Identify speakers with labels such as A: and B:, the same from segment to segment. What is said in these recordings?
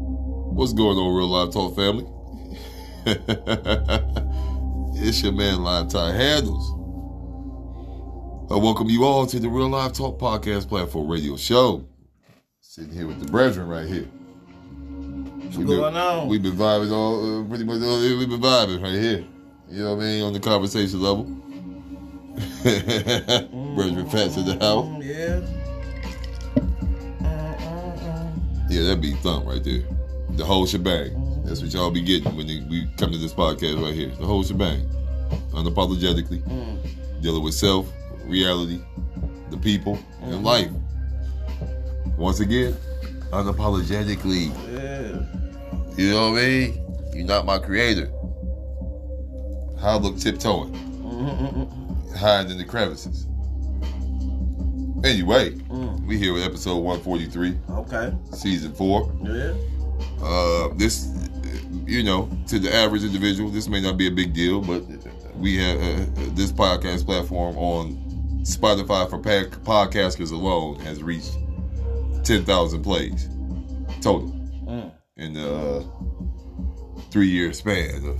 A: What's going on, Real Live Talk family? it's your man, Live Time Handles. I welcome you all to the Real Live Talk podcast platform radio show. Sitting here with the brethren right here.
B: What's
A: We've
B: going
A: been,
B: on?
A: We've been vibing all, uh, pretty much, all, we've been vibing right here. You know what I mean? On the conversation level. Brethren Fats in the house.
B: Mm, yeah. Mm, mm, mm.
A: Yeah, that be thump right there. The whole shebang. That's what y'all be getting when they- we come to this podcast right here. The whole shebang. Unapologetically, dealing with self, reality, the people, and life. Once again, unapologetically.
B: Yeah.
A: You know what I mean? You're not my creator. How I look tiptoeing,
B: Mm,
A: hiding in the crevices. Anyway,
B: Mm.
A: we here with episode 143,
B: Okay.
A: season four.
B: Yeah.
A: uh, this, you know, to the average individual, this may not be a big deal, but we have uh, this podcast platform on Spotify for pac- podcasters alone has reached 10,000 plays total
B: Mm.
A: in the uh, three year span of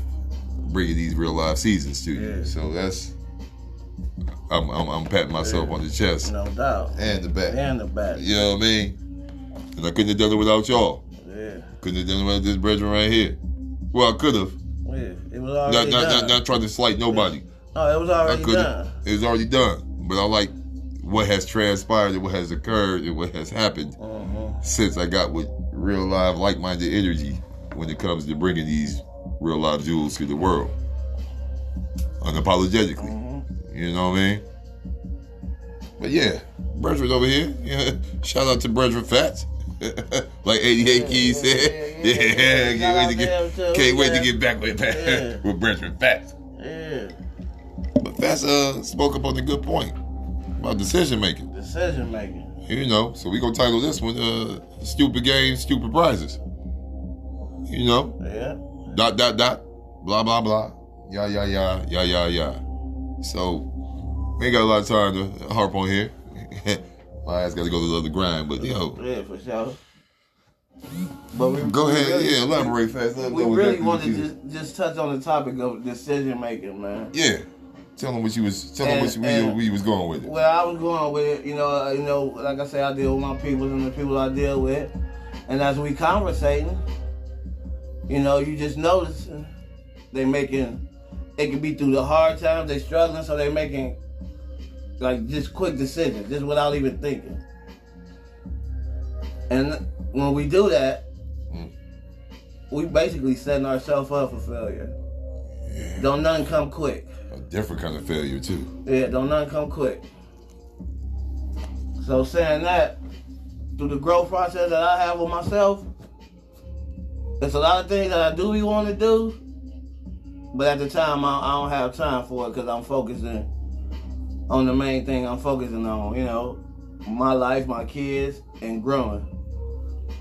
A: bringing these real life seasons to you.
B: Yeah.
A: So that's, I'm, I'm, I'm patting myself
B: Yeah.
A: on the chest
B: No doubt.
A: and the back.
B: And the back.
A: You know what I mean? And I couldn't have done it without y'all.
B: Yeah.
A: Couldn't have done without this brethren right here. Well, I could have.
B: Yeah. It was
A: Not, not,
B: already done.
A: not, not trying to slight nobody.
B: no, it was
A: I
B: already
A: could
B: done.
A: have. It was already done. But I like what has transpired and what has occurred and what has happened
B: Mm-hmm.
A: since I got with real live, like minded energy when it comes to bringing these real live jewels to the world. Unapologetically.
B: Mm-hmm.
A: You know what I mean? But yeah, Brethren over here. Yeah. Shout out to Brethren Fats. like 88 Keys
B: yeah,
A: said. Yeah,
B: yeah, yeah, yeah. Shout
A: can't wait
B: out
A: to
B: to
A: get,
B: them too,
A: can't wait
B: yeah.
A: to get back with,
B: Yeah.
A: with Brethren Fats.
B: Yeah.
A: But Fats uh, spoke up on a good point about decision making.
B: Decision making.
A: You know, so we gonna title this one uh, Stupid Games, Stupid Prizes. You know?
B: Yeah.
A: dot dot dot blah blah blah yeah yeah yeah yeah yeah yeah so we ain't got a lot of time to harp on here my ass gotta go to the other grind but yo
B: Yeah, for sure. But we
A: go
B: we
A: ahead
B: really-
A: yeah elaborate fast Let 'em
B: We
A: know
B: really
A: exactly
B: want
A: what
B: to
A: you-
B: just, just touch on the topic of decision making, man.
A: yeah tell them what you was tell them
B: And-
A: what you, where, you,
B: and-
A: where you was going with it
B: Well, I was going with it, you know, uh, you know, like I say, I deal with my people and the people I deal with, and as we conversating, you know, you just notice they making, it could be through the hard times they struggling, so they making, like just quick decisions, just without even thinking. And when we do that,
A: Mm.
B: we basically setting ourselves up for failure. Don't nothing come quick.
A: a different kind of failure too
B: Yeah, don't none come quick. So saying that, through the growth process that I have with myself, there's a lot of things that I do be want to do, but at the time I, I don't have time for it because I'm focusing on the main thing I'm focusing on, you know, my life, my kids, and growing.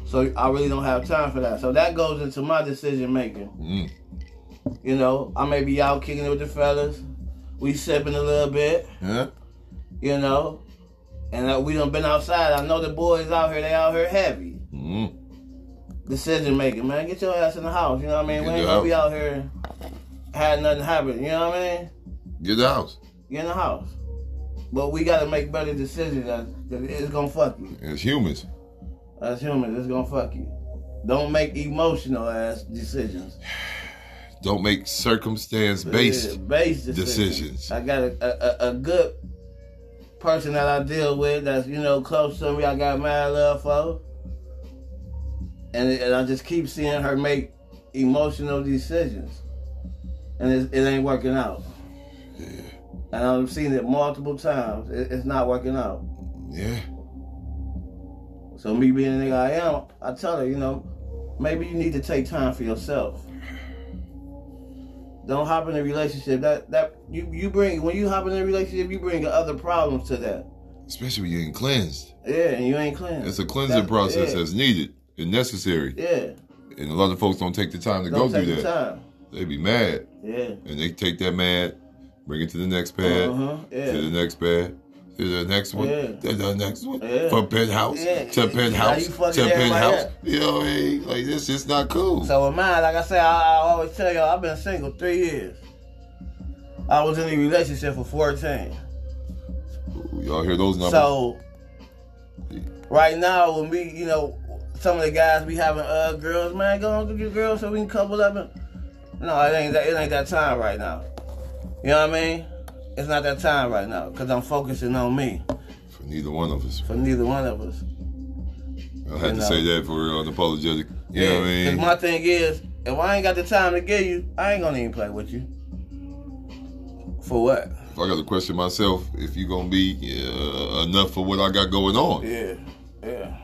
B: So I really don't have time for that. So that goes into my decision making.
A: mm.
B: You know, I may be out kicking it with the fellas. We sipping a little bit
A: huh
B: you know. And uh, we done been outside. I know the boys out here, they out here heavy.
A: mm.
B: Decision making, man. Get your ass in the house, you know what I mean?
A: Get
B: we ain't
A: the
B: gonna be out here had nothing happen, you know what I mean?
A: get the house
B: Get in the house. But we gotta make better decisions that, that it's gonna fuck you.
A: as humans
B: As humans, it's gonna fuck you. Don't make emotional ass decisions.
A: don't make circumstance
B: Yeah,
A: based
B: based decisions.
A: decisions.
B: I got a, a, a- a good person that I deal with that's you know close to me. I got mad love for, and and I just keep seeing her make emotional decisions, and it, it ain't working out. And I've seen it multiple times. It, it's not working out.
A: yeah
B: So me being the nigga I am, I tell her, you know, maybe you need to take time for yourself. Don't hop in a relationship that that you you bring when you hop in a relationship, you bring other problems to that.
A: especially when you ain't cleansed
B: Yeah, and you ain't clean.
A: it's a cleansing process
B: Yeah,
A: that's needed and necessary
B: yeah.
A: And a lot of folks don't take the time to
B: Don't
A: go
B: take
A: through
B: the
A: that.
B: time.
A: They be mad.
B: Yeah.
A: And they take that mad, bring it to the next pad,
B: Uh huh.
A: to the
B: Yeah.
A: next pad, the next one,
B: Yeah.
A: to the next one,
B: Yeah.
A: from penthouse
B: Yeah.
A: to
B: Now you
A: penthouse
B: fucking
A: to
B: everybody
A: penthouse.
B: up.
A: You know what I mean? Like that's just not cool.
B: So with mine, like I said, I, I always tell y'all, I've been single three years. I was in a relationship for 14.
A: Y'all hear those numbers?
B: So right now, when we, you know, some of the guys be having uh girls, man, go on get your girls so we can couple up. And no, it ain't that. It ain't that time right now. You know what I mean? It's not that time right now because I'm focusing on me.
A: for neither one of us.
B: For neither one of us.
A: I had to
B: No.
A: say that for real, unapologetic. You know what I mean?
B: 'Cause my thing is, if I ain't got the time to give you, I ain't gonna even play with you. For what?
A: If I got to question myself if you gonna be uh, enough for what I got going on.
B: Yeah. Yeah.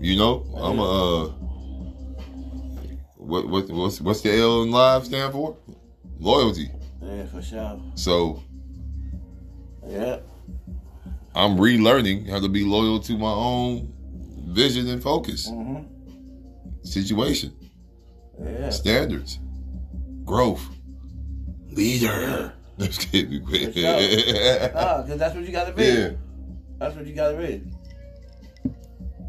A: You know, I'm a. Uh, what what what's what's the L in live stand for? Loyalty.
B: Yeah, for sure.
A: So
B: Yeah.
A: I'm relearning how to be loyal to my own vision and focus,
B: hmm
A: situation,
B: Yeah.
A: standards, growth, leader. Let's get
B: sure. Nah, cause that's what you gotta be.
A: Yeah.
B: That's what you gotta be.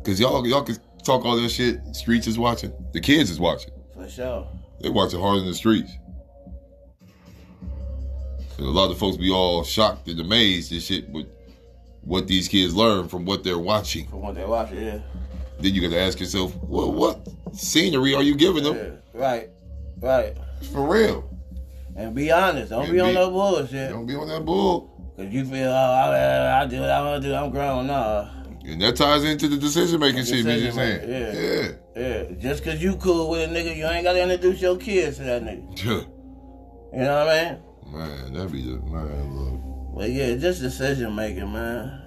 A: Cause y'all y'all can talk all that shit. Streets is watching. The kids is watching.
B: For sure.
A: They watching hard in the streets. And a lot of folks be all shocked and amazed and shit with what these kids learn from what they're watching.
B: From what they watch, yeah.
A: Then you gotta ask yourself, well, what scenery are you giving them
B: yeah. Right. Right.
A: for real?
B: And be honest. Don't
A: Yeah,
B: be on
A: be-
B: no bullshit.
A: Don't be on that bull.
B: Cause you feel, oh, I, I do what I wanna do. I'm grown. Nah.
A: And that ties into the decision making shit we just saying.
B: Decision-making,
A: Yeah.
B: Yeah. Just cause you cool with a nigga, you ain't gotta introduce your kids to that nigga. You know what I mean?
A: man, that be the man. Look,
B: But yeah, just decision making, man.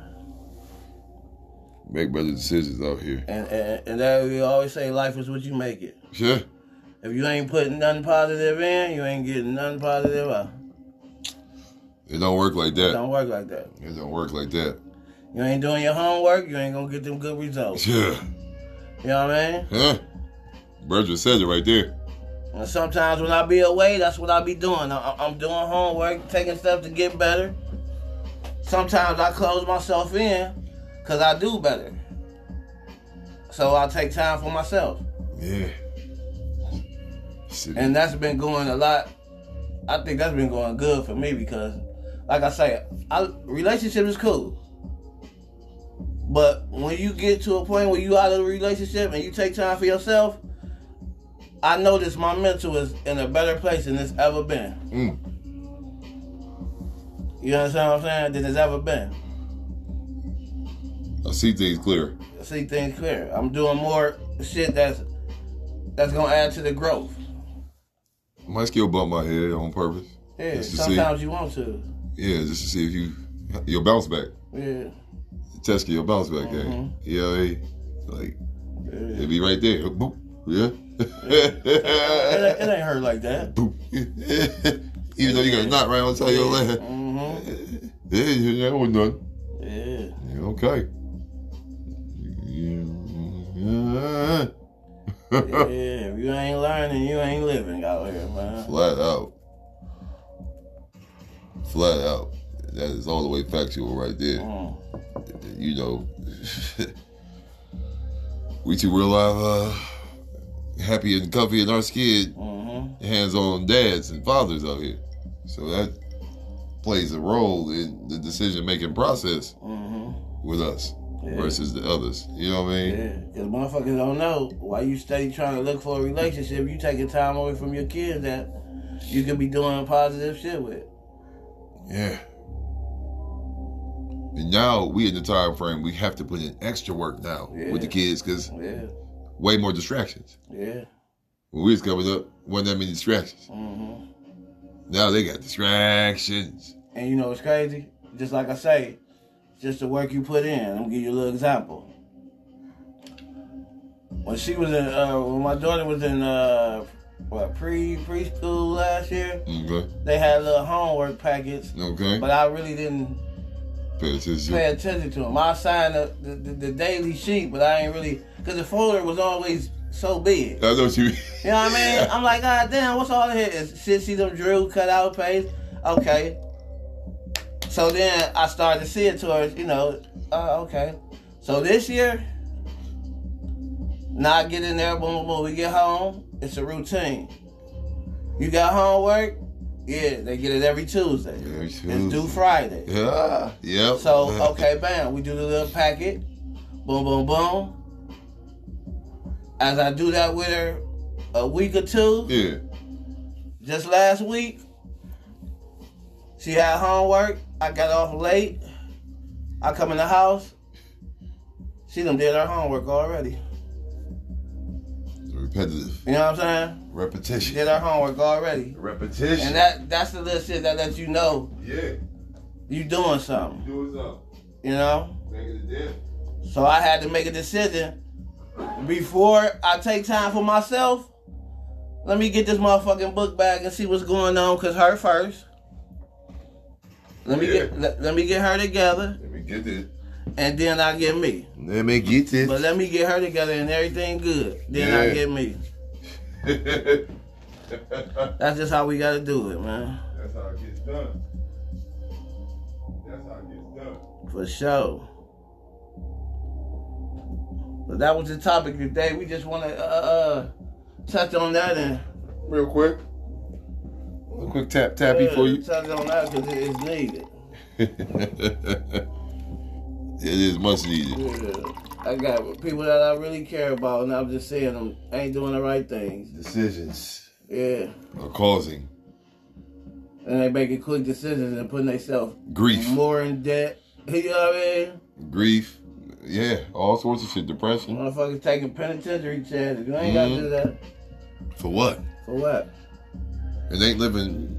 A: make better decisions out here.
B: And, and and that we always say, life is what you make it.
A: Yeah.
B: If you ain't putting nothing positive in, you ain't getting nothing positive out.
A: It don't work like
B: It
A: that.
B: don't work like that.
A: It don't work like that.
B: You ain't doing your homework, you ain't gonna get them good results.
A: Yeah.
B: You know what I mean?
A: Huh? Brethren said it right there.
B: And sometimes when I be away, that's what I be doing. I- I, I'm doing homework, taking stuff to get better. Sometimes I close myself in because I do better. So I take time for myself.
A: Yeah. Shit.
B: And that's been going a lot. I think that's been going good for me because, like I say, I, relationship is cool. But when you get to a point where you out of the relationship and you take time for yourself, I notice my mental is in a better place than it's ever been.
A: Mm.
B: You understand what I'm saying? Than it's ever been.
A: I see things clear.
B: I see things clear. I'm doing more shit that's that's gonna add to the growth.
A: Might still bump my head on purpose.
B: Yeah,
A: Just to see.
B: sometimes you want to.
A: Yeah, just to see if you your bounce back.
B: Yeah.
A: Test your bounce back
B: Mm-hmm.
A: game. Yeah, hey, like
B: yeah.
A: it be right there. Boop. Yeah.
B: It, ain't- it ain't hurt like that.
A: Boop. Even though you got a knot right on top of your leg.
B: Mm-hmm.
A: Yeah, yeah, that was nothing.
B: Yeah.
A: Yeah, okay. Yeah.
B: yeah, if you ain't learning, you ain't living out here, man.
A: Flat out. Flat out. That is all the way factual right there.
B: Mm.
A: You know, we two real life, uh, happy and comfy in our skin,
B: Mm-hmm.
A: hands on dads and fathers out here. So that plays a role in the decision making process
B: Mm-hmm.
A: with us
B: Yeah.
A: versus the others. You know what I mean?
B: Yeah, because motherfuckers don't know why you stay trying to look for a relationship. You taking time away from your kids that you could be doing positive shit with.
A: Yeah. And now we in the time frame we have to put in extra work now with the
B: Yeah.
A: kids because
B: Yeah,
A: way more distractions.
B: yeah.
A: When we was coming up, wasn't that many distractions.
B: Mm-hmm.
A: Now they got distractions.
B: And you know what's crazy? Just like I say, just the work you put in. I'm gonna give you a little example. When she was in, uh, when my daughter was in, uh, what pre preschool last year,
A: Okay.
B: they had little homework packets,
A: Okay.
B: but I really didn't
A: Pay attention.
B: pay attention to them. I signed the, the, the, the daily sheet, but I ain't really because the folder was always so big.
A: I know what you mean.
B: You know what I mean? I'm like, God damn, what's all in here? Is shit see them drill cut out paste? Okay. So then I started to see it towards, you know, uh, okay. So this year, not get in there, boom, boom, boom. We get home, it's a routine. You got homework? Yeah, they get it every Tuesday.
A: Every
B: It's due
A: Tuesday.
B: Friday.
A: Yeah. Yep.
B: So okay, bam, we do the little packet, boom, boom, boom. As I do that with her, a week or two,
A: Yeah.
B: just last week, she had homework. I got off late. I come in the house. She done did her homework already.
A: Repetitive.
B: You know what I'm saying? She
A: Repetition.
B: did her homework already.
A: Repetition.
B: And that that's the little shit that lets you know
A: yeah.
B: you doing something.
A: Do what's up.
B: You know?
A: Make it a deal.
B: So I had to make a decision before I take time for myself. Let me get this motherfucking book bag and see what's going on, cause her first. Let me
A: Yeah.
B: get let, let me get her together,
A: Let me get it.
B: and then I get me.
A: Let me get it.
B: But let me get her together and everything good. Then I
A: Yeah.
B: get me.
A: That's
B: That's just how we gotta do it, man.
A: how it gets done. That's how it gets done.
B: For sure. But that was the topic today. We just wanna uh, uh touch on that and
A: Real quick. A quick tap tappy for you.
B: uh, touch on that because it is needed.
A: it is much needed.
B: Yeah, I got people that I really care about, and I'm just seeing them ain't doing the right things.
A: Decisions
B: Yeah,
A: are causing
B: and they making quick decisions and putting themselves
A: grief.
B: more in debt. You know what I
A: Grief. Yeah, all sorts of shit.
B: mean?
A: Depression.
B: Motherfuckers taking penitentiary chances. You ain't gotta do that
A: For what?
B: for what?
A: And they ain't living.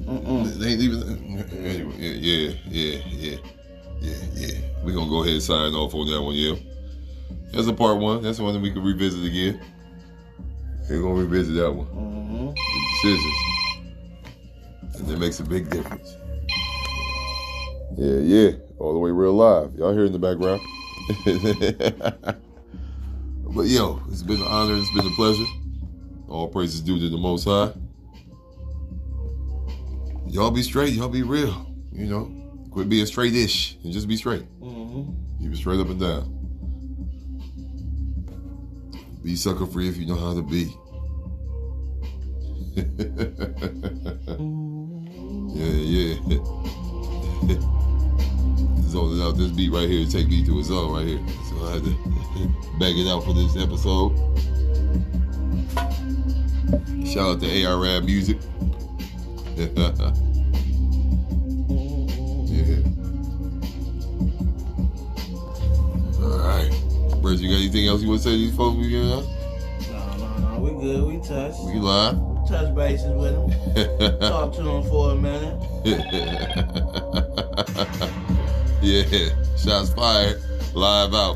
B: Mm-mm.
A: They ain't even. Anyway, yeah, yeah, yeah, yeah, yeah. We're gonna go ahead and sign off on that one, yeah. That's a part one. That's one that we can revisit again. We're gonna revisit that one. The
B: Mm-hmm.
A: decisions. And it makes a big difference. Yeah, yeah. All the way real live. Y'all hear in the background. but yo, it's been an honor. It's been a pleasure. All praises due to the Most High. Y'all be straight. Y'all be real. You know, quit being straight-ish and just be straight.
B: Mm-hmm.
A: Keep it straight up and down. Be sucker free if you know how to be. yeah, yeah. Zoning out this beat right here to take me to a zone right here. So I had to bang it out for this episode. Shout out to ARAB Music.
B: Mm-hmm.
A: yeah. All right. Bert, you got anything else you want to say to these folks? We, uh,
B: No, no, no. We good. We touch.
A: we live.
B: touch bases with them. Talk to them for a minute.
A: yeah. Shots fired. Live out.